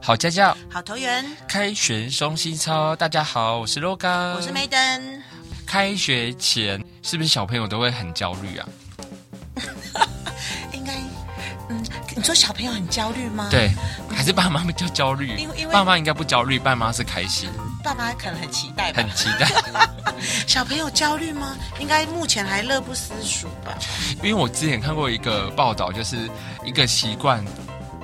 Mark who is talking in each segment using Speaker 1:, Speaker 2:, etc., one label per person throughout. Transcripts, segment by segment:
Speaker 1: 好家教
Speaker 2: 好投缘，
Speaker 1: 开学松心操，大家好，我是 LOGA，
Speaker 2: 我是梅登。
Speaker 1: 开学前是不是小朋友都会很焦虑啊？
Speaker 2: 应该，嗯，你说小朋友很焦虑吗？，
Speaker 1: 对，还是爸妈比较焦虑
Speaker 2: 嗯因为因？为
Speaker 1: 爸妈应该不焦虑，爸妈是开心，
Speaker 2: 爸妈可能很期待吧
Speaker 1: 很。期 待。
Speaker 2: 小朋友焦虑吗？应该目前还乐不思蜀吧。
Speaker 1: 因为我之前看过一个报道，就是一个习惯。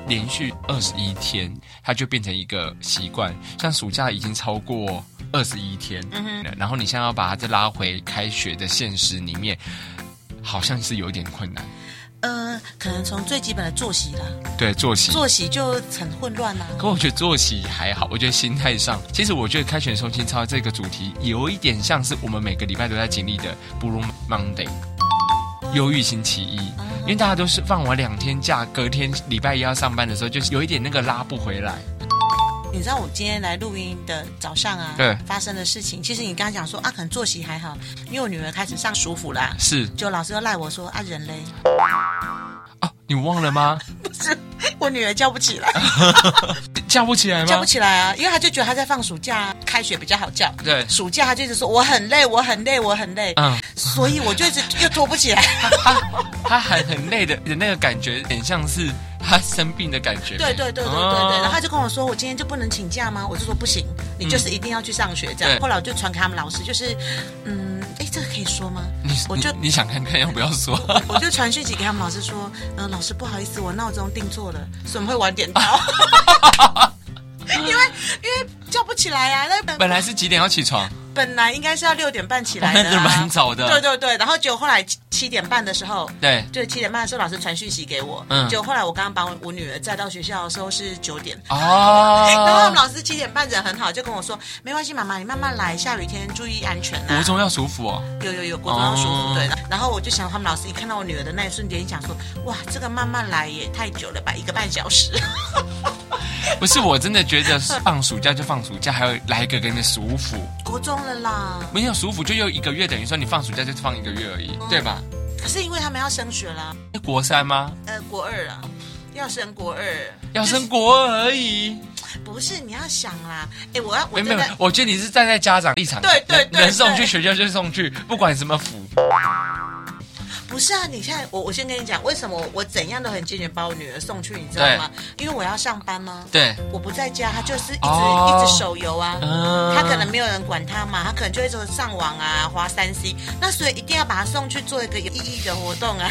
Speaker 1: 连续二十一天，它就变成一个习惯。像暑假已经超过二十一天，
Speaker 2: 嗯
Speaker 1: 然后你现在要把它再拉回开学的现实里面，好像是有一点困难。
Speaker 2: 呃，可能从最基本的作息啦，
Speaker 1: 对，作息
Speaker 2: 作息就很混乱啊啦、
Speaker 1: 可我觉得作息还好，我觉得心态上，其实我觉得开选送心操这个主题有一点像是我们每个礼拜都在经历的 Blue Monday，忧
Speaker 2: 嗯
Speaker 1: 郁星期一，因为大家都是放完两天假，隔天礼拜一要上班的时候，就是有一点那个拉不回来。
Speaker 2: 你知道我今天来录音的早上啊，
Speaker 1: 对
Speaker 2: 发生的事情，其实你刚刚讲说啊，可能作息还好，因为我女儿开始上暑辅啦，
Speaker 1: 是
Speaker 2: 就老师又赖我说啊，人嘞，
Speaker 1: 啊，你忘了吗？
Speaker 2: 不是我女儿叫不起来，
Speaker 1: 叫不起来
Speaker 2: 叫不
Speaker 1: 吗？
Speaker 2: 起来啊，因为她就觉得她在放暑假啊，开学比较好叫，
Speaker 1: 对
Speaker 2: 暑假她就一直说我很累，我很累，我很累，
Speaker 1: 嗯，
Speaker 2: 所以我就一直又拖不起来，
Speaker 1: 他他很很累的的那个感觉，很像是他生病的感觉。
Speaker 2: 对对对对对对，然后她就跟我说我今天就不能请假吗？我就说不行，你就是一定要去上学这样。
Speaker 1: 对
Speaker 2: 后来我就传给他们老师，就是嗯，哎，这个可以说吗？
Speaker 1: 你
Speaker 2: 我就
Speaker 1: 你你想看看要不要 说？
Speaker 2: 我就传讯息给他们老师说，嗯、老师不好意思，我闹钟定错了，所以我们会晚点到。因为因为叫不起来啊，那本
Speaker 1: 本来是几点要起床？
Speaker 2: 本来应该是要六点半起来的、
Speaker 1: 哦 那
Speaker 2: 啊，
Speaker 1: 蛮早的
Speaker 2: 对对对，然后结果后来七七点半的时候。
Speaker 1: 对，
Speaker 2: 就是七点半的时候，老师传讯息给我。
Speaker 1: 嗯
Speaker 2: 结果后来我刚刚把我我女儿载到学校的时候是九点， 然后他
Speaker 1: 哦
Speaker 2: 们，老师七点半人很好，就跟我说没关系，妈妈你慢慢来，下雨天注意安全啊。
Speaker 1: 国中要舒服哦。
Speaker 2: 有有有，国中要舒服
Speaker 1: 哦
Speaker 2: 对。然后我就想，他们老师一看到我女儿的那一瞬间，想说，哇，这个慢慢来也太久了吧，一个半小时。
Speaker 1: 不是，我真的觉得是放暑假就放暑假，还有来一个给你舒服，
Speaker 2: 国中了啦，
Speaker 1: 没有舒服就又一个月，等于说你放暑假就放一个月而
Speaker 2: 嗯
Speaker 1: 已，对吧？
Speaker 2: 可是因为他们要升学啦，
Speaker 1: 那国三吗？
Speaker 2: 呃，国二啦，要升国二，
Speaker 1: 要升国二而已。
Speaker 2: 不是你要想啦，哎，我要我
Speaker 1: 没
Speaker 2: 真
Speaker 1: 没有
Speaker 2: 的，。
Speaker 1: 我觉得你是站在家长立场，
Speaker 2: 对对
Speaker 1: 能
Speaker 2: 对
Speaker 1: 能送去
Speaker 2: 对
Speaker 1: 学校就送去，不管什么福。
Speaker 2: 不是啊，你现在我我先跟你讲，为什么我我怎样都很坚决把我女儿送去，你知道吗？因为我要上班吗？
Speaker 1: 对，
Speaker 2: 我不在家，她就是一直、
Speaker 1: 哦
Speaker 2: 一直手游啊。
Speaker 1: 嗯，
Speaker 2: 他可能没有人管他嘛，他可能就会说上网啊，滑三 C，那所以一定要把他送去做一个有意义的活动啊。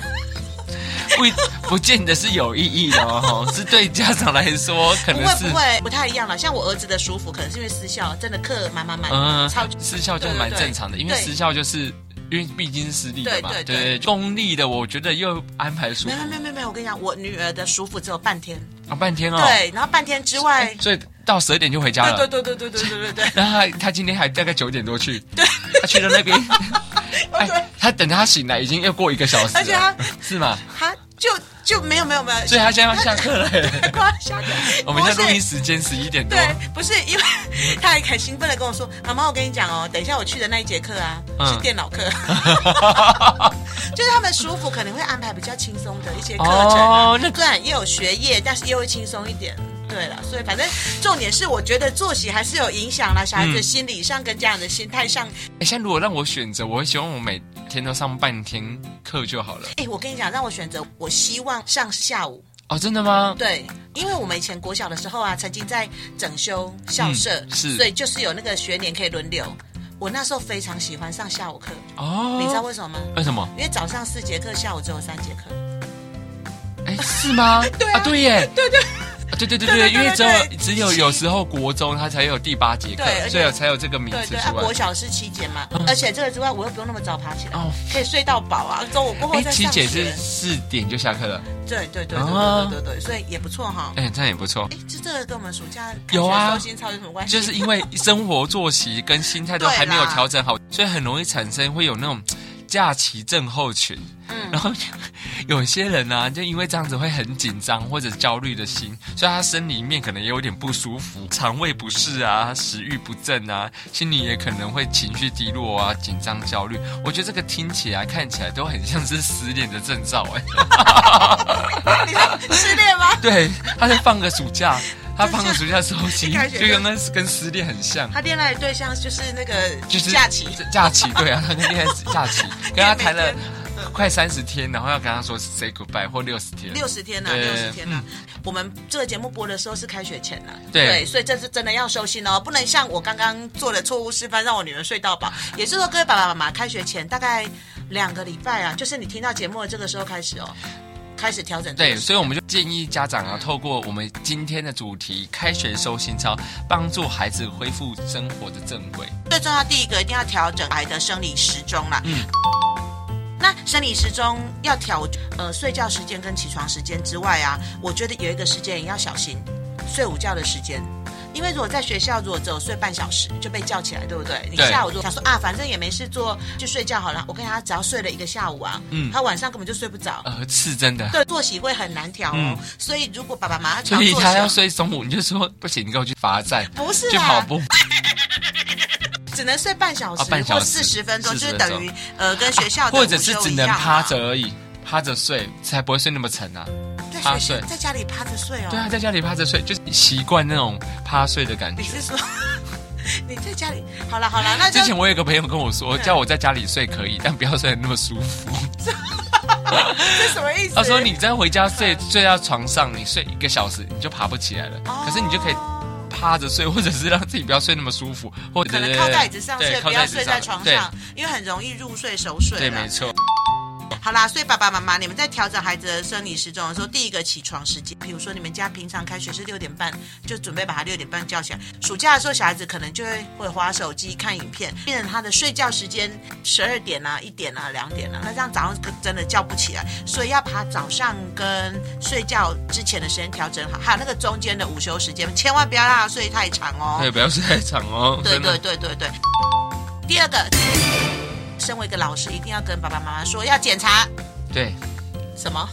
Speaker 1: 不一不见得是有意义的哦，是对家长来说可
Speaker 2: 不
Speaker 1: 能
Speaker 2: 会
Speaker 1: 是
Speaker 2: 不会，不太一样了。像我儿子的舒服，可能是因为私校，真的课满满满，
Speaker 1: 嗯
Speaker 2: 超，
Speaker 1: 私校就蛮正常的，
Speaker 2: 对对对
Speaker 1: 因为私校就是。因为毕竟是私立的嘛，
Speaker 2: 对对
Speaker 1: 对
Speaker 2: 对
Speaker 1: 公立的我觉得又安排舒
Speaker 2: 没有
Speaker 1: 服
Speaker 2: 没有没有没有，我跟你讲，我女儿的舒服只有半天，
Speaker 1: 啊半天哦，
Speaker 2: 嗯对，然后半天之外，
Speaker 1: 哎所以到十二点就回家了。
Speaker 2: 哎对对对对对对对对对，
Speaker 1: 然后他他今天还大概九点多去，对，他去了那 边，哎，他等他醒来已经又过一个小时了，
Speaker 2: 而且他
Speaker 1: 是吗？
Speaker 2: 他就就没有没有没有，
Speaker 1: 所以他现在要下 课了。，
Speaker 2: 快要下课
Speaker 1: 我们现在录
Speaker 2: 不是
Speaker 1: 音时间十一点多，
Speaker 2: 对，不是因为他还很兴奋的跟我说：“妈妈，我跟你讲哦，等一下我去的那一节课啊，
Speaker 1: 嗯
Speaker 2: 是电脑课，就是他们舒服，可能会安排比较轻松的一些课程、啊。
Speaker 1: 哦那
Speaker 2: 虽然也有学业，但是又会轻松一点。”对了，所以反正重点是，我觉得作息还是有影响啦，小孩子的心理上跟家长的心态上。
Speaker 1: 哎，现在如果让我选择，我会希望我每天都上半天课就好了。
Speaker 2: 哎，我跟你讲，让我选择，我希望上下午。
Speaker 1: 哦，真的吗？
Speaker 2: 对，因为我们以前国小的时候啊，曾经在整修校舍，
Speaker 1: 嗯是
Speaker 2: 所以就是有那个学年可以轮流。我那时候非常喜欢上下午课，
Speaker 1: 哦，
Speaker 2: 你知道为什么吗？
Speaker 1: 为什么？
Speaker 2: 因为早上四节课，下午只有三节课。
Speaker 1: 哎，是吗？
Speaker 2: 对
Speaker 1: 啊，
Speaker 2: 啊
Speaker 1: 对耶，啊
Speaker 2: 对对
Speaker 1: 对对对
Speaker 2: 对
Speaker 1: 对，
Speaker 2: 对对
Speaker 1: 因为只有
Speaker 2: 对
Speaker 1: 只有有时候国中他才有第八节课
Speaker 2: 对，而且
Speaker 1: 所以才有这个名
Speaker 2: 对
Speaker 1: 字
Speaker 2: 对，啊，
Speaker 1: 出
Speaker 2: 国
Speaker 1: 来。
Speaker 2: 小是七节嘛，而且这个之外，我又不用那么早爬起来，
Speaker 1: 嗯哦
Speaker 2: 可以睡到饱啊。中午过后
Speaker 1: 哎，
Speaker 2: 再
Speaker 1: 七
Speaker 2: 上学。
Speaker 1: 姐是四点就下课了，
Speaker 2: 对对对对
Speaker 1: 哦
Speaker 2: 对对对对，所以也不错哈。
Speaker 1: 哎，这样也不错。
Speaker 2: 哎，这这个跟我们暑假
Speaker 1: 有啊
Speaker 2: 收心操有什么关系？
Speaker 1: 就是因为生活作息跟心态都还没有调整好，所以很容易产生会有那种假期症候群。
Speaker 2: 嗯
Speaker 1: 然后就有些人呢、就因为这样子会很紧张或者焦虑的心，所以他身里面可能也有点不舒服，肠胃不适啊，食欲不振啊，心里也可能会情绪低落啊，紧张焦虑。我觉得这个听起来看起来都很像是失恋的征兆哎、
Speaker 2: 你说失恋吗？
Speaker 1: 对，他在放个暑假，他放个暑假收心，
Speaker 2: 一开学
Speaker 1: 就跟那跟失恋很像。
Speaker 2: 他恋爱的对象就是那个
Speaker 1: 就是
Speaker 2: 假期，
Speaker 1: 假期对啊，他跟恋爱是假 期，跟他谈了
Speaker 2: 每天
Speaker 1: 快三十天，然后要跟他说 say goodbye 或六十天，
Speaker 2: 六十天呐、啊，
Speaker 1: 对嗯
Speaker 2: 六十天呐、啊。我们这个节目播的时候是开学前呐、啊，
Speaker 1: 对
Speaker 2: 所以这是真的要收心哦，不能像我刚刚做的错误示范，让我女儿睡到饱。也是说，各位爸爸妈妈，开学前大概两个礼拜啊，就是你听到节目的这个时候开始哦，开始调整作息。
Speaker 1: 对，所以我们就建议家长啊，透过我们今天的主题“开学收心操”，帮助孩子恢复生活的正轨。
Speaker 2: 最重要第一个一定要调整孩的生理时钟啦。
Speaker 1: 嗯。
Speaker 2: 那生理时钟要调，呃，睡觉时间跟起床时间之外啊，我觉得有一个时间也要小心，睡午觉的时间。因为如果在学校，如果只有睡半小时就被叫起来，对不对？你
Speaker 1: 对
Speaker 2: 下午如果想说啊，反正也没事做，就睡觉好了。我跟他只要睡了一个下午啊，
Speaker 1: 嗯
Speaker 2: 他晚上根本就睡不着，
Speaker 1: 呃，是真的，
Speaker 2: 对，作息会很难调哦。
Speaker 1: 嗯
Speaker 2: 所以如果爸爸妈妈常
Speaker 1: 所以
Speaker 2: 作
Speaker 1: 他要
Speaker 2: 息，
Speaker 1: 睡中午，你就说不行，你给我去罚站，
Speaker 2: 不是啊
Speaker 1: 去
Speaker 2: 啦
Speaker 1: 跑步。
Speaker 2: 只能睡半小时,、
Speaker 1: 啊半小时
Speaker 2: 或四十分钟，
Speaker 1: 40
Speaker 2: 就是等于呃跟学校的
Speaker 1: 或者
Speaker 2: 午
Speaker 1: 是
Speaker 2: 休
Speaker 1: 只
Speaker 2: 一
Speaker 1: 能
Speaker 2: 样嘛
Speaker 1: 趴着而已，趴着睡才不会睡那么沉啊。
Speaker 2: 在
Speaker 1: 趴
Speaker 2: 学
Speaker 1: 睡
Speaker 2: 校，在家里趴着睡哦。
Speaker 1: 对啊，在家里趴着睡，就是习惯那种趴睡的感
Speaker 2: 你
Speaker 1: 觉。
Speaker 2: 是说 你在家里？好了好了，那就
Speaker 1: 之前我有一个朋友跟我说，
Speaker 2: 嗯
Speaker 1: 叫我在家里睡可以，但不要睡得那么舒 服。
Speaker 2: 这什么意思？
Speaker 1: 他说你在回家睡睡到床上，你睡一个小时你就爬不起来了，
Speaker 2: 哦，
Speaker 1: 可是你就可以趴着睡，或者是让自己不要睡那么舒服，或者
Speaker 2: 可能
Speaker 1: 是
Speaker 2: 靠在椅子上
Speaker 1: 对
Speaker 2: 睡，
Speaker 1: 靠
Speaker 2: 不要
Speaker 1: 椅子
Speaker 2: 睡在床
Speaker 1: 对
Speaker 2: 上，因为很容易入睡熟睡
Speaker 1: 对，
Speaker 2: 了
Speaker 1: 没错，
Speaker 2: 好啦，所以爸爸妈妈，你们在调整孩子的生理时钟的时候，第一个起床时间，比如说你们家平常开学是六点半，就准备把他六点半叫起来。暑假的时候，小孩子可能就会会划手机、看影片，变成他的睡觉时间十二点啊、一点啊、两点啊，那这样早上可真的叫不起来。所以要把早上跟睡觉之前的时间调整好，还有那个中间的午休时间，千万不要让他睡太长 哦。
Speaker 1: 对，不要睡太长哦，
Speaker 2: 对
Speaker 1: 真
Speaker 2: 对
Speaker 1: 的。
Speaker 2: 对对对。第二个，身为一个老师，一定要跟爸爸妈妈说要检查
Speaker 1: 对，
Speaker 2: 什么？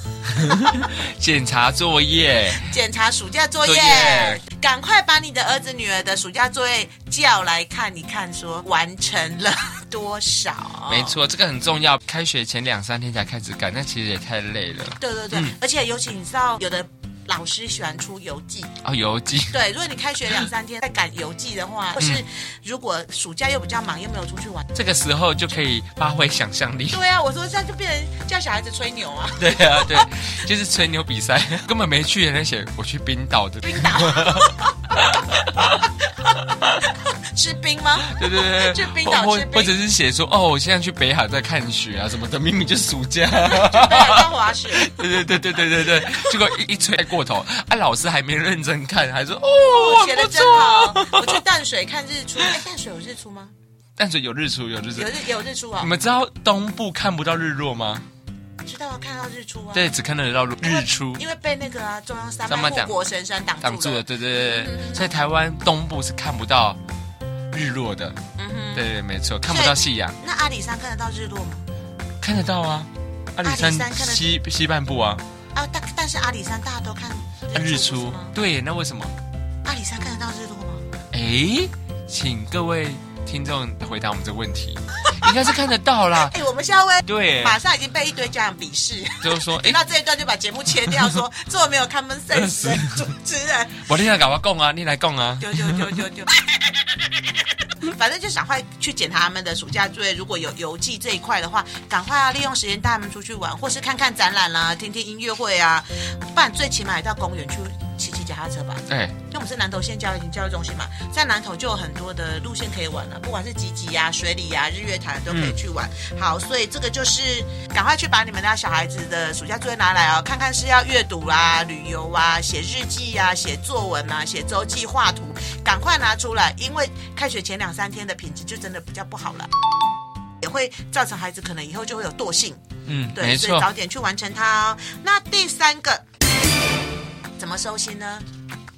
Speaker 1: 检查作业，
Speaker 2: 检查暑假作
Speaker 1: 作
Speaker 2: 业
Speaker 1: 业，
Speaker 2: 赶快把你的儿子女儿的暑假作业叫来看一看，说完成了 多少？
Speaker 1: 没。错，这个很重要。开学前两三天才开始赶，那其实也太累了。
Speaker 2: 对对
Speaker 1: 嗯
Speaker 2: 对，而且尤其你知道，有的老师喜欢出游记。
Speaker 1: 哦，邮寄，
Speaker 2: 对，如果你开学两三天在赶游记的话，或
Speaker 1: 嗯
Speaker 2: 是如果暑假又比较忙，又没有出去玩，
Speaker 1: 这个时候就可以发挥想象力。
Speaker 2: 对啊，我说这样就变成叫小孩子吹牛啊，
Speaker 1: 对啊，对，就是吹牛比赛，根本没去的那些，我去冰岛的。
Speaker 2: 冰岛。 吃冰吗？
Speaker 1: 对对对，
Speaker 2: 去冰岛
Speaker 1: 或
Speaker 2: 吃冰
Speaker 1: 或者是写说哦，我现在去北海在看雪啊什么的，明明就是暑假。
Speaker 2: 对啊，要滑雪。
Speaker 1: 对对对对对对对，结果一一吹过头，啊，老师还没认真看，还说哦，
Speaker 2: 我
Speaker 1: 我
Speaker 2: 写的
Speaker 1: 不
Speaker 2: 真
Speaker 1: 错。
Speaker 2: 好。我去淡水看日出，哎，淡水有日出吗？
Speaker 1: 但是有日出有日出
Speaker 2: 有，日有日出啊
Speaker 1: 你，们知道东部看不到日落吗？
Speaker 2: 知道啊看到日出啊。
Speaker 1: 嗯对，只看得到日出
Speaker 2: 因为，因为被那个啊中央山
Speaker 1: 山脉
Speaker 2: 脉护
Speaker 1: 挡
Speaker 2: 国神山挡
Speaker 1: 挡
Speaker 2: 住
Speaker 1: 住了。
Speaker 2: 了。嗯
Speaker 1: 对对对对，所以台湾东部是看不到日落的。
Speaker 2: 嗯哼。
Speaker 1: 对对，没错，看不到夕阳。
Speaker 2: 那阿里山看得到日落吗？
Speaker 1: 看得到啊，阿里山
Speaker 2: 阿里山看得
Speaker 1: 西西半部啊，
Speaker 2: 啊，但但是阿里山大家都看
Speaker 1: 啊日
Speaker 2: 出
Speaker 1: 出
Speaker 2: 不是吗。
Speaker 1: 对，那为什么？
Speaker 2: 阿里山看得到日落吗？
Speaker 1: 诶，请各位听众回答我们这个问题， 应该是看得到啦。
Speaker 2: 哎，我们下位
Speaker 1: 对，
Speaker 2: 马上已经被一堆家长鄙视。
Speaker 1: 就是说，诶，
Speaker 2: 听到这一段就把节目切 掉，说这没有 common sense 的主持人。
Speaker 1: 我听来搞我供啊，你来供啊。
Speaker 2: 丢丢丢丢丢。反正就 赶快去检查他们的暑假作业，如果有邮寄这一块的话，赶快啊利用时间带他们出去玩，或是看看展览啦、听听音乐会啊，不然最起码也到公园去骑骑脚踏车吧。
Speaker 1: 哎，
Speaker 2: 因为我们是南投县教育教育中心嘛，在南投就有很多的路线可以玩了、不管是集集呀、水里啊呀、日月潭都可以去玩。好，所以这个就是赶快去把你们家小孩子的暑假作业拿来哦，看看是要阅读啦、旅游啊、写日记啊、写作文啊、写周记、画图，赶快拿出来，因为开学前两三天的品质就真的比较不好了。也会造成孩子可能以后就会有惰性，
Speaker 1: 嗯，
Speaker 2: 对，
Speaker 1: 没
Speaker 2: 所以
Speaker 1: 错，
Speaker 2: 早点去完成它哦。那第三个怎么收心呢？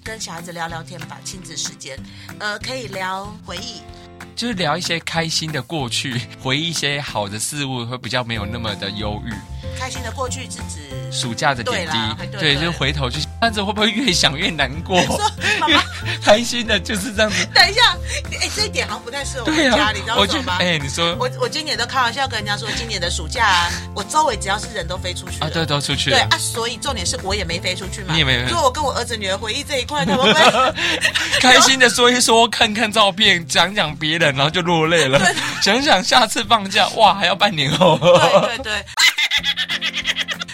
Speaker 2: 跟小孩子聊聊天吧，亲子时间，呃，可以聊回忆，
Speaker 1: 就是聊一些开心的过去，回忆一些好的事物，会比较没有那么的忧郁。
Speaker 2: 开心的过去是指
Speaker 1: 暑假的点滴，
Speaker 2: 对啦对
Speaker 1: 就是
Speaker 2: 对
Speaker 1: 回头去，但是会不会越想越难过？
Speaker 2: 妈
Speaker 1: 越
Speaker 2: 妈
Speaker 1: 开心的就是这样子。
Speaker 2: 等一下，哎、这一点好像不太适合我
Speaker 1: 对
Speaker 2: 们家
Speaker 1: 啊
Speaker 2: 里，你知道，
Speaker 1: 我
Speaker 2: 为
Speaker 1: 就
Speaker 2: 什么吗？
Speaker 1: 哎，你说
Speaker 2: 我我今年都开玩笑跟人家说，今年的暑假、啊，我周围只要是人都飞出去了
Speaker 1: 啊，对，都出去
Speaker 2: 对
Speaker 1: 了
Speaker 2: 啊，，所以重点是我也没飞出去嘛，
Speaker 1: 你也没飞
Speaker 2: 所以我跟我儿子女儿回忆这一块，他们会
Speaker 1: 开心的说一说，看看照片，讲讲别人，然后就落泪了。想想下次放假，哇，还要半年后。
Speaker 2: 对对 对。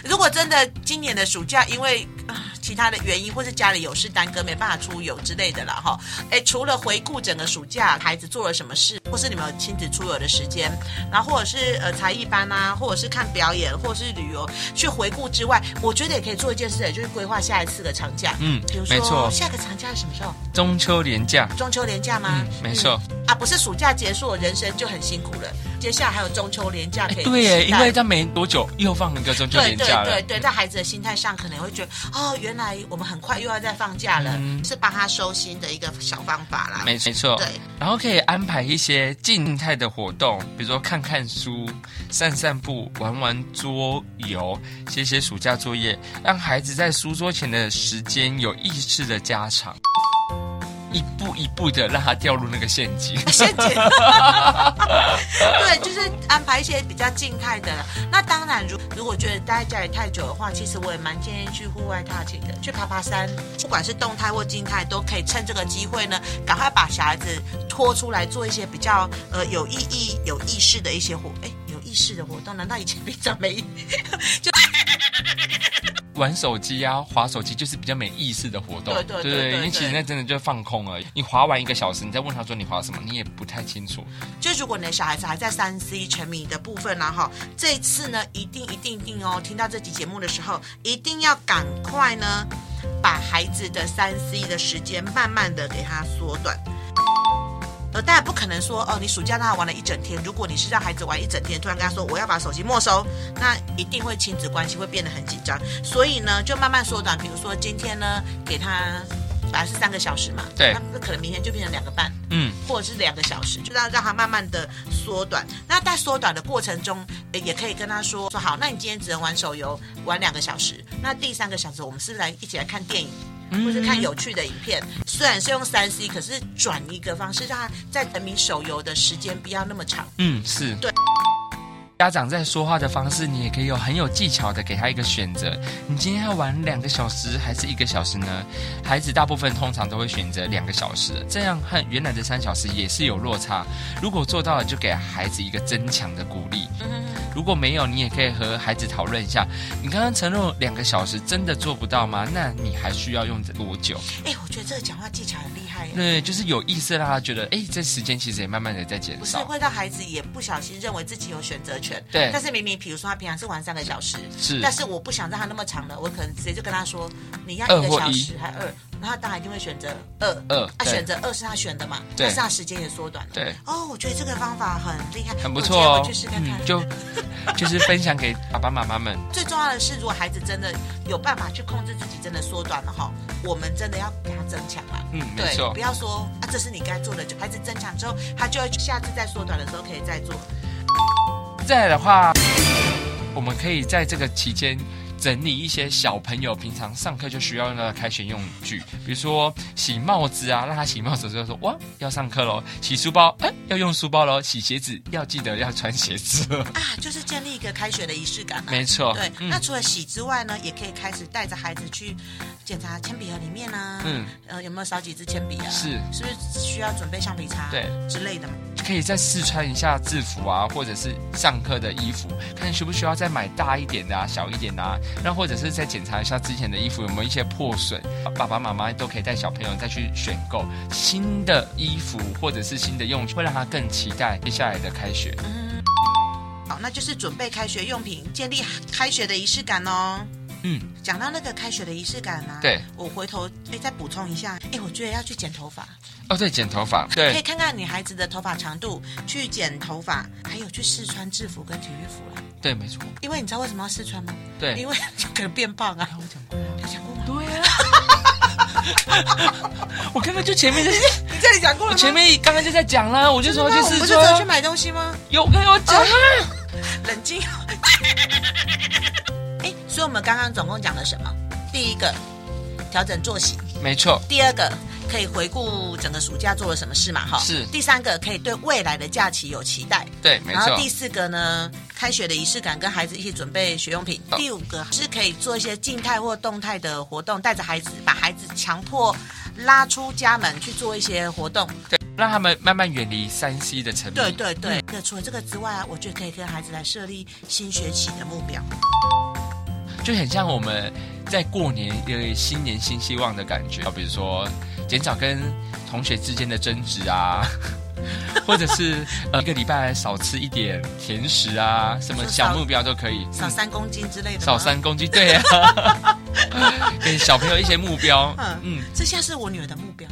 Speaker 2: 如果真的今年的暑假因为、啊其他的原因，或是家里有事耽搁没办法出游之类的啦，哈，哎，除了回顾整个暑假孩子做了什么事，或是你们有亲子出游的时间，然后或者是呃才艺班啊，或者是看表演，或者是旅游去回顾之外，我觉得也可以做一件事，就是规划下一次的长假。
Speaker 1: 嗯
Speaker 2: 比如
Speaker 1: 没
Speaker 2: 说
Speaker 1: 错
Speaker 2: 下个长假是什么时候？
Speaker 1: 中秋连假，
Speaker 2: 中秋连假吗
Speaker 1: 嗯？，没错。
Speaker 2: 嗯啊，不是暑假结束，我人生就很辛苦了。接下来还有中秋连假可以期待。
Speaker 1: 哎对耶，因为在没多久又放一个中秋
Speaker 2: 对
Speaker 1: 连
Speaker 2: 对
Speaker 1: 假了
Speaker 2: 对。对，在孩子的心态上可能会觉得，哦，原来我们很快又要再放假了，是帮他收心的一个小方法啦。
Speaker 1: 嗯没没错
Speaker 2: 对，
Speaker 1: 然后可以安排一些静态的活动，比如说看看书、散散步、玩玩桌游、写写暑假作业，让孩子在书桌前的时间有意识的加长，一步一步的让他掉入那个陷阱。
Speaker 2: 先 解，对，就是安排一些比较静态的了。那当然，如如果觉得待在家里太久的话，其实我也蛮建议去户外踏青的，去爬爬山，不管是动态或静态，都可以趁这个机会呢，赶快把小孩子拖出来做一些比较呃有意义、有意识的一些活，哎，有意识的活动。难道以前平常没？
Speaker 1: 玩手机啊、划手机就是比较没意思的活动。
Speaker 2: 对对对对
Speaker 1: 因为
Speaker 2: 对
Speaker 1: 其实那真的就放空而已。你划完一个小时，你再问他说你划什么，你也不太清楚。
Speaker 2: 就如果你的小孩子还在三 C 沉迷的部分啦、啊哈，这一次呢，一定一定一定哦，听到这期节目的时候，一定要赶快呢，把孩子的三 C 的时间慢慢的给他缩短。呃，当然不可能说哦，你暑假让他玩了一整天。如果你是让孩子玩一整天，突然跟他说我要把手机没收，那一定会亲子关系会变得很紧张。所以呢，就慢慢缩短。比如说今天呢，给他本来是三个小时嘛，
Speaker 1: 对
Speaker 2: 那可能明天就变成两个半。
Speaker 1: 嗯，
Speaker 2: 或者是两个小时，就让让他慢慢的缩短。那在缩短的过程中，呃也可以跟他说说好，那你今天只能玩手游玩两个小时，那第三个小时我们是不是来一起来看电影。
Speaker 1: 嗯
Speaker 2: 或是看有趣的影片，虽然是用三 C，可是转一个方式，让他在沉迷手游的时间不要那么长。
Speaker 1: 嗯，是
Speaker 2: 对。
Speaker 1: 家长在说话的方式，你也可以有很有技巧的给他一个选择。你今天要玩两个小时还是一个小时呢？孩子大部分通常都会选择两个小时，这样和原来的三小时也是有落差。如果做到了，就给孩子一个增强的鼓励；如果没有，你也可以和孩子讨论一下。你刚刚承诺两个小时，真的做不到吗？那你还需要用多久？
Speaker 2: 哎、我觉得这个讲话技巧很厉害耶。
Speaker 1: 对，就是有意识让他觉得，哎，这时间其实也慢慢的在减
Speaker 2: 不是
Speaker 1: 少。
Speaker 2: 会让孩子也不小心认为自己有选择权。
Speaker 1: 对
Speaker 2: 但是明明比如说他平常是玩三个小时，
Speaker 1: 是
Speaker 2: 但是我不想让他那么长了，我可能直接就跟他说，你要
Speaker 1: 二
Speaker 2: 一个
Speaker 1: 或
Speaker 2: 小
Speaker 1: 一
Speaker 2: 时还二，然后他当然一定会选择二。
Speaker 1: 二
Speaker 2: 他
Speaker 1: 对
Speaker 2: 选择二是他选的嘛，
Speaker 1: 对
Speaker 2: 但是他时间也缩短了。
Speaker 1: 对。
Speaker 2: 哦，我觉得这个方法很厉害，
Speaker 1: 很不
Speaker 2: 我
Speaker 1: 错
Speaker 2: 今天
Speaker 1: 哦
Speaker 2: 回去试看看。
Speaker 1: 就 就是分享给爸爸妈妈们。
Speaker 2: 最重要的是，如果孩子真的有办法去控制自己，真的缩短了哈，我们真的要给他增强啊。
Speaker 1: 嗯没
Speaker 2: 对
Speaker 1: 错，
Speaker 2: 不要说啊，这是你该做的，就孩子增强之后，他就会下次再缩短的时候可以再做。
Speaker 1: 再来的话，我们可以在这个期间。整理一些小朋友平常上课就需要用到的开学用具，比如说洗帽子啊，让他洗帽子的时候说哇要上课喽；洗书包，哎、要用书包喽；洗鞋子要记得要穿鞋子。
Speaker 2: 啊，就是建立一个开学的仪式感、啊。
Speaker 1: 没错，
Speaker 2: 对，
Speaker 1: 嗯
Speaker 2: 那除了洗之外呢，也可以开始带着孩子去检查铅笔盒里面啊，
Speaker 1: 嗯，
Speaker 2: 呃，有没有少几支铅笔啊？
Speaker 1: 是
Speaker 2: 是不是需要准备橡皮擦？
Speaker 1: 对
Speaker 2: 之类的嘛。
Speaker 1: 可以再试穿一下制服啊，或者是上课的衣服，看需不需要再买大一点的啊，小一点的啊，那或者是再检查一下之前的衣服有没有一些破损，爸爸妈妈都可以带小朋友再去选购新的衣服或者是新的用具，会让他更期待接下来的开学。
Speaker 2: 好，那就是准备开学用品，建立开学的仪式感哦。
Speaker 1: 嗯，
Speaker 2: 讲到那个开学的仪式感啊，
Speaker 1: 对，
Speaker 2: 我回头哎再补充一下，哎，我觉得要去剪头发，
Speaker 1: 哦，对，剪头发，
Speaker 2: 可以
Speaker 1: 对，
Speaker 2: 看看你孩子的头发长度，去剪头发，还有去试穿制服跟体育服啦。
Speaker 1: 对，没错，
Speaker 2: 因为你知道为什么要试穿吗？
Speaker 1: 对
Speaker 2: 因为 可能变胖啊。
Speaker 1: 我讲过了，
Speaker 2: 他讲过吗？
Speaker 1: 对啊。 我刚刚就前面在，
Speaker 2: 你这里讲过了
Speaker 1: 我
Speaker 2: 吗？
Speaker 1: 前面刚刚就在讲啦，我就说
Speaker 2: 那
Speaker 1: 去
Speaker 2: 我们
Speaker 1: 试啊
Speaker 2: 不是只能去啊
Speaker 1: 穿，
Speaker 2: 买东西吗？
Speaker 1: 有跟我讲啊，
Speaker 2: 冷静。哦所以我们刚刚总共讲了什么？第一个，调整作息；
Speaker 1: 没错，
Speaker 2: 第二个，可以回顾整个暑假做了什么事嘛，哈。
Speaker 1: 是
Speaker 2: 第三个，可以对未来的假期有期待。
Speaker 1: 对，没
Speaker 2: 然后
Speaker 1: 错
Speaker 2: 第，四个呢，开学的仪式感，跟孩子一起准备学用品。
Speaker 1: 哦
Speaker 2: 第五个是可以做一些静态或动态的活动，带着孩子，把孩子强迫拉出家门去做一些活动。
Speaker 1: 对，让他们慢慢远离三 C 的沉迷。
Speaker 2: 对对对。
Speaker 1: 嗯
Speaker 2: 那、除了这个之外啊，我觉得可以跟孩子来设立新学期的目标。
Speaker 1: 就很像我们在过年有一个新年新希望的感觉，比如说减少跟同学之间的争执啊， 或者是呃一个礼拜少吃一点甜食啊，什么小目标都可以，
Speaker 2: 少三公斤之类的吗，
Speaker 1: 少三公斤，对啊， 给小朋友一些目标，
Speaker 2: 嗯
Speaker 1: 嗯，
Speaker 2: 这现在是我女儿的目标。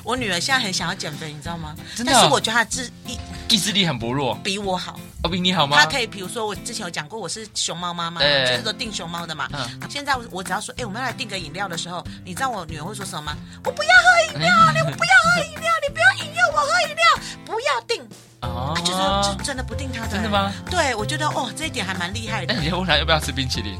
Speaker 2: 我女儿现在很想要减肥，你知道吗？
Speaker 1: 真的
Speaker 2: 但
Speaker 1: 哦
Speaker 2: 是我觉得她自一
Speaker 1: 意志力很薄弱，
Speaker 2: 比我好，
Speaker 1: 哦，比你好吗？
Speaker 2: 她可以，比如说我之前有讲过，我是熊猫妈妈，
Speaker 1: 对
Speaker 2: 就是说订熊猫的嘛。
Speaker 1: 嗯
Speaker 2: 现在我我只要说，哎、我们来订个饮料的时候，你知道我女儿会说什么吗？我不要
Speaker 1: 哎
Speaker 2: 喝 饮料，你不要喝饮料，你不要饮料，我喝饮料，不要订，
Speaker 1: 哦
Speaker 2: 她就是就真的不订她的、
Speaker 1: 真的吗？
Speaker 2: 对，我觉得哦，这一点还蛮厉害的
Speaker 1: 那。哎你就问他要不要吃冰淇 淋？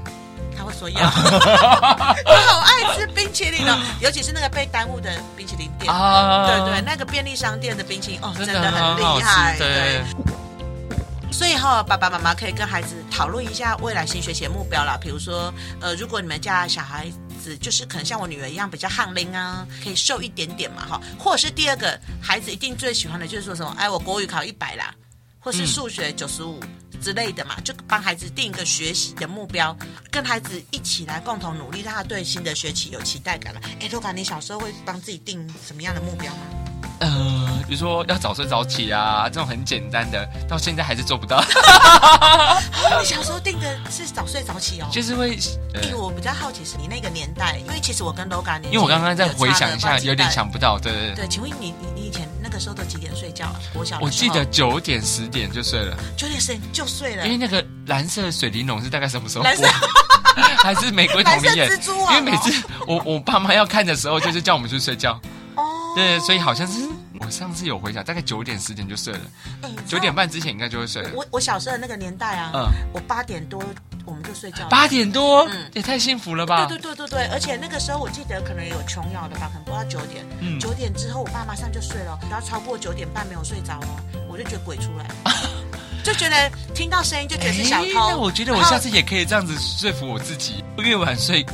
Speaker 2: 他会说要，我好爱吃冰淇淋哦，尤其是那个被耽误的冰淇淋
Speaker 1: 嗯
Speaker 2: 店。
Speaker 1: 啊，
Speaker 2: 对对，那个便利商店的冰淇淋哦，真
Speaker 1: 真的
Speaker 2: 的很
Speaker 1: 很好
Speaker 2: 厉
Speaker 1: 吃
Speaker 2: 害。
Speaker 1: 对，
Speaker 2: 所以哈、爸爸妈妈可以跟孩子讨论一下未来新学期的目标啦。比如说，呃，如果你们家小孩子就是可能像我女儿一样比较汗淋啊，可以瘦一点点嘛哈。或者是第二个孩子一定最喜欢的就是说什么，哎，我国语考一百啦，或是
Speaker 1: 嗯
Speaker 2: 数学九十五。之类的嘛，就帮孩子定一个学习的目标，跟孩子一起来共同努力，让他对新的学期有期待感了。哎，洛卡，你小时候会帮自己定什么样的目标吗？
Speaker 1: 呃，比如说要早睡早起啊，这种很简单的，到现在还是做不到，
Speaker 2: 你小时候定的是早睡早起哦。
Speaker 1: 就是会。呃
Speaker 2: 哎、我比较好奇是你那个年代，因为其实我跟 Loga 年纪
Speaker 1: 因为我刚刚在回想一
Speaker 2: 有差
Speaker 1: 下，
Speaker 2: 了
Speaker 1: 有点
Speaker 2: 几代。
Speaker 1: 想不到，对对对。
Speaker 2: 对，请问你你你以前那个时候都几点睡觉啊？我小的
Speaker 1: 我
Speaker 2: 时
Speaker 1: 记
Speaker 2: 候
Speaker 1: 得九点十点就睡了，
Speaker 2: 九点十点就睡了
Speaker 1: 因为，那个蓝色的水玲珑是大概什么时候
Speaker 2: 蓝
Speaker 1: 播
Speaker 2: 色？
Speaker 1: 还是玫瑰
Speaker 2: 蓝
Speaker 1: 同
Speaker 2: 色
Speaker 1: 林眼？
Speaker 2: 蜘蛛
Speaker 1: 因
Speaker 2: 网、哦。
Speaker 1: 为每次我我爸妈要看的时候，就是叫我们去睡觉。
Speaker 2: 哦，
Speaker 1: 对，所以好像是我上次有回想，大概九点十点就睡了，
Speaker 2: 哎你知道
Speaker 1: 九点半之前应该就会睡了。
Speaker 2: 我我小时候的那个年代啊，
Speaker 1: 嗯
Speaker 2: 我八点多我们就睡觉了。
Speaker 1: 八点多
Speaker 2: 嗯，
Speaker 1: 也太幸福了吧
Speaker 2: 对！对对对对，而且那个时候我记得可能有琼瑶的吧，可能播到九点，
Speaker 1: 嗯
Speaker 2: 九、点之后我爸马上就睡了，然后超过九点半没有睡着哦，我就觉得鬼出来， 就觉得听到声音就觉得是小
Speaker 1: 诶
Speaker 2: 偷。
Speaker 1: 哎那我觉得我
Speaker 2: 然后
Speaker 1: 下次也可以这样子说服我自己，越晚睡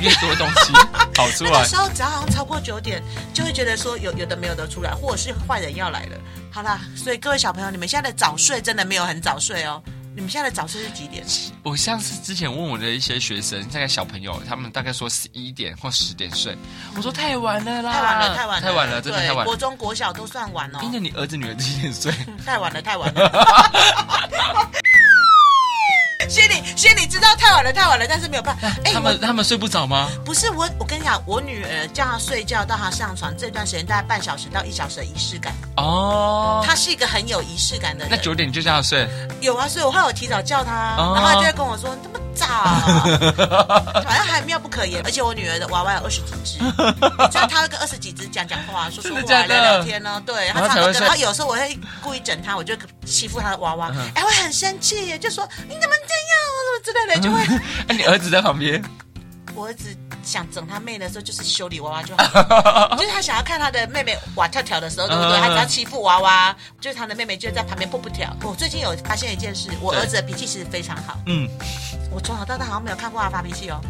Speaker 1: 越多东西 跑出
Speaker 2: 那个
Speaker 1: 来
Speaker 2: 时。候只要好像超过九点，就会觉得说有有的没有的出来，或者是坏人要来了。好啦，所以各位小朋友，你们现在的早睡真的没有很早睡哦。你们现在的早睡是几点？
Speaker 1: 我像是之前问我的一些学生，大概小朋友，他们大概说十一点或十点睡，我说太晚了啦，
Speaker 2: 太晚了，太晚了，
Speaker 1: 啊太晚了，真的
Speaker 2: 对
Speaker 1: 太晚
Speaker 2: 国
Speaker 1: 了。
Speaker 2: 中、国小都算晚哦，
Speaker 1: 听着，你儿子女儿几点睡？
Speaker 2: 太晚了，太晚 了。心里心里知道太晚了，太晚了，但是没有办法。哎、
Speaker 1: 啊他
Speaker 2: 我
Speaker 1: 们他们睡不着吗？
Speaker 2: 不是我，我跟你讲，我女儿叫她睡觉到她上床这段时间，大概半小时到一小时的仪式感。
Speaker 1: 哦，
Speaker 2: 她是一个很有仪式感的人。
Speaker 1: 那九点就叫他睡，
Speaker 2: 有啊，所以我后来我提早叫他，
Speaker 1: 哦
Speaker 2: 然后他就会跟我说这么 早，反正还妙不可言。而且我女儿的娃娃有二十几 只，你知道她会跟二十几只讲讲话、说说
Speaker 1: 真的
Speaker 2: 话、
Speaker 1: 假
Speaker 2: 聊
Speaker 1: 的
Speaker 2: 聊天呢。对，她
Speaker 1: 然后才
Speaker 2: 常常
Speaker 1: 会
Speaker 2: 跟，
Speaker 1: 睡
Speaker 2: 然后有时候我会故意整她，我就欺负她的娃娃，
Speaker 1: 嗯
Speaker 2: 哎、我很生气耶，就说你怎么这样啊，什么之类的，就会。
Speaker 1: 哎那你儿子在旁边，
Speaker 2: 我儿子想整他妹的时候，就是修理娃娃就好 了，就是他想要看他的妹妹瓦跳跳的时候，对不对？
Speaker 1: 嗯
Speaker 2: 他只要欺负娃娃，就是他的妹妹就在旁边蹦蹦跳。哦我最近有发现一件事，我
Speaker 1: 对
Speaker 2: 儿子的脾气其实非常好，
Speaker 1: 嗯，
Speaker 2: 我从小到大好像没有看过他发脾气哦。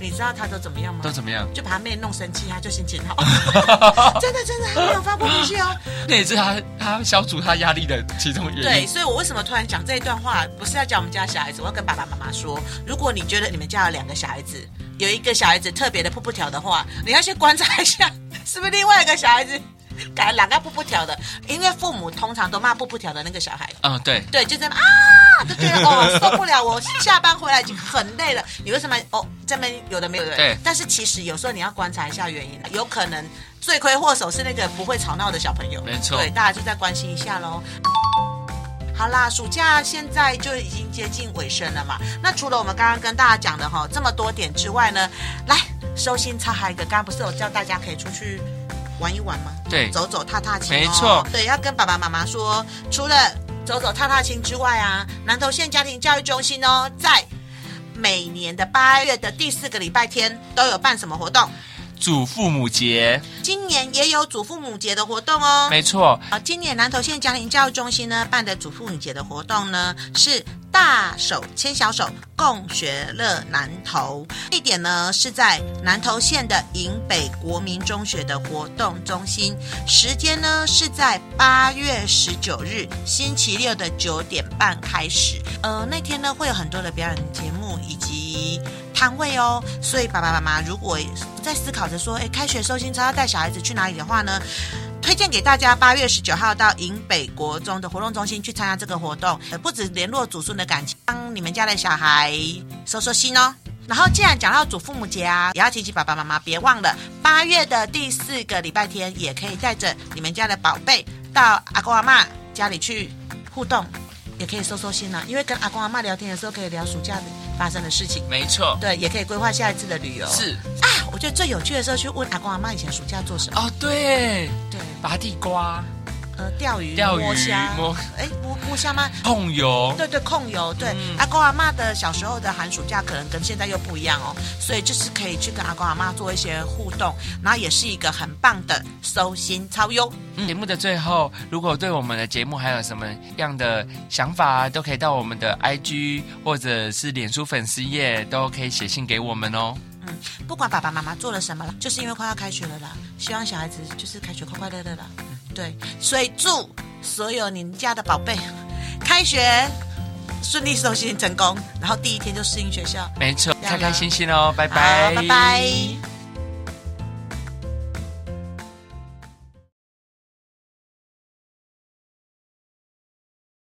Speaker 2: 你知道他都怎么样吗
Speaker 1: 都？怎么样？
Speaker 2: 就把他妹弄生气，他就 心情好。真的真的，他没有发过脾气哦。
Speaker 1: 那也是他他消除他压力的其中原
Speaker 2: 对，
Speaker 1: 因。
Speaker 2: 所以我为什么突然讲这一段话，不是要讲我们家小孩子，我要跟爸爸妈妈说，如果你觉得你们家有两个小孩子，有一个小孩子特别的噗噗条的话，你要去观察一下，是不是另外一个小孩子改懒到噗噗条的，因为父母通常都骂噗噗条的那个小孩。哦
Speaker 1: 嗯，对，
Speaker 2: 对，就这么啊，就觉得哦 受不了，我下班回来已经很累了。你为什么哦这么有的没有的？
Speaker 1: 对
Speaker 2: 但是其实有时候你要观察一下原因，啊有可能罪魁祸首是那个不会吵闹的小朋友。
Speaker 1: 没错
Speaker 2: 对，大家就再关心一下喽。好啦，暑假现在就已经接近尾声了嘛。那除了我们刚刚跟大家讲的哈、这么多点之外呢，来收心操还有一个，刚刚不是有叫大家可以出去玩一玩吗？
Speaker 1: 对
Speaker 2: 走走踏踏青、哦。
Speaker 1: 没错
Speaker 2: 对，要跟爸爸妈妈说，除了走走踏踏青之外啊，南投县家庭教育中心哦，在每年的八月的第四个礼拜天都有办什么活动？
Speaker 1: 祖父母节，
Speaker 2: 今年也有祖父母节的活动哦。
Speaker 1: 没错，
Speaker 2: 好，今年南投县家庭教育中心呢办的祖父母节的活动呢是大手牵小手共学乐南投，地点呢是在南投县的营北国民中学的活动中心，时间呢是在八月十九日星期六的九点半开始。呃，那天呢会有很多的表演节目以及。摊位哦，所以爸爸妈妈如果在思考着说，哎，开学收心操要带小孩子去哪里的话呢，推荐给大家八月十九号到营北国中的活动中心去参加这个活动，呃，不止联络祖孙的感情，帮你们家的小孩收收心哦。然后，既然讲到祖父母节啊，也要提醒爸爸妈妈别忘了，八月的第四个礼拜天也可以带着你们家的宝贝到阿公阿妈家里去互动，也可以收收心了、哦因为跟阿公阿妈聊天的时候可以聊暑假的发生的事情。
Speaker 1: 没错，
Speaker 2: 对，也可以规划下一次的旅游。
Speaker 1: 是
Speaker 2: 啊，我觉得最有趣的时候去问阿公阿妈以前暑假做什么。
Speaker 1: 哦，对，
Speaker 2: 对，
Speaker 1: 拔地瓜、
Speaker 2: 呃，钓鱼、
Speaker 1: 钓鱼
Speaker 2: 摸虾、
Speaker 1: 摸
Speaker 2: 哎，摸摸虾吗？
Speaker 1: 碰油，
Speaker 2: 对对，控油。对，
Speaker 1: 嗯
Speaker 2: 阿公阿妈的小时候的寒暑假可能跟现在又不一样哦，所以就是可以去跟阿公阿妈做一些互动，然后也是一个很棒的收心超优。
Speaker 1: 嗯节目的最后，如果对我们的节目还有什么样的想法啊，都可以到我们的 IG 或者是脸书粉丝页，都可以写信给我们哦。
Speaker 2: 嗯，不管爸爸妈妈做了什么啦，就是因为快要开学了啦，希望小孩子就是开学快快乐乐啦。对，所以祝所有你们家的宝贝 开学顺利、收心成功，然后第一天就适应学校。
Speaker 1: 没错，
Speaker 2: 这样
Speaker 1: 开
Speaker 2: 啊
Speaker 1: 开心心哦，拜
Speaker 2: 好，拜拜。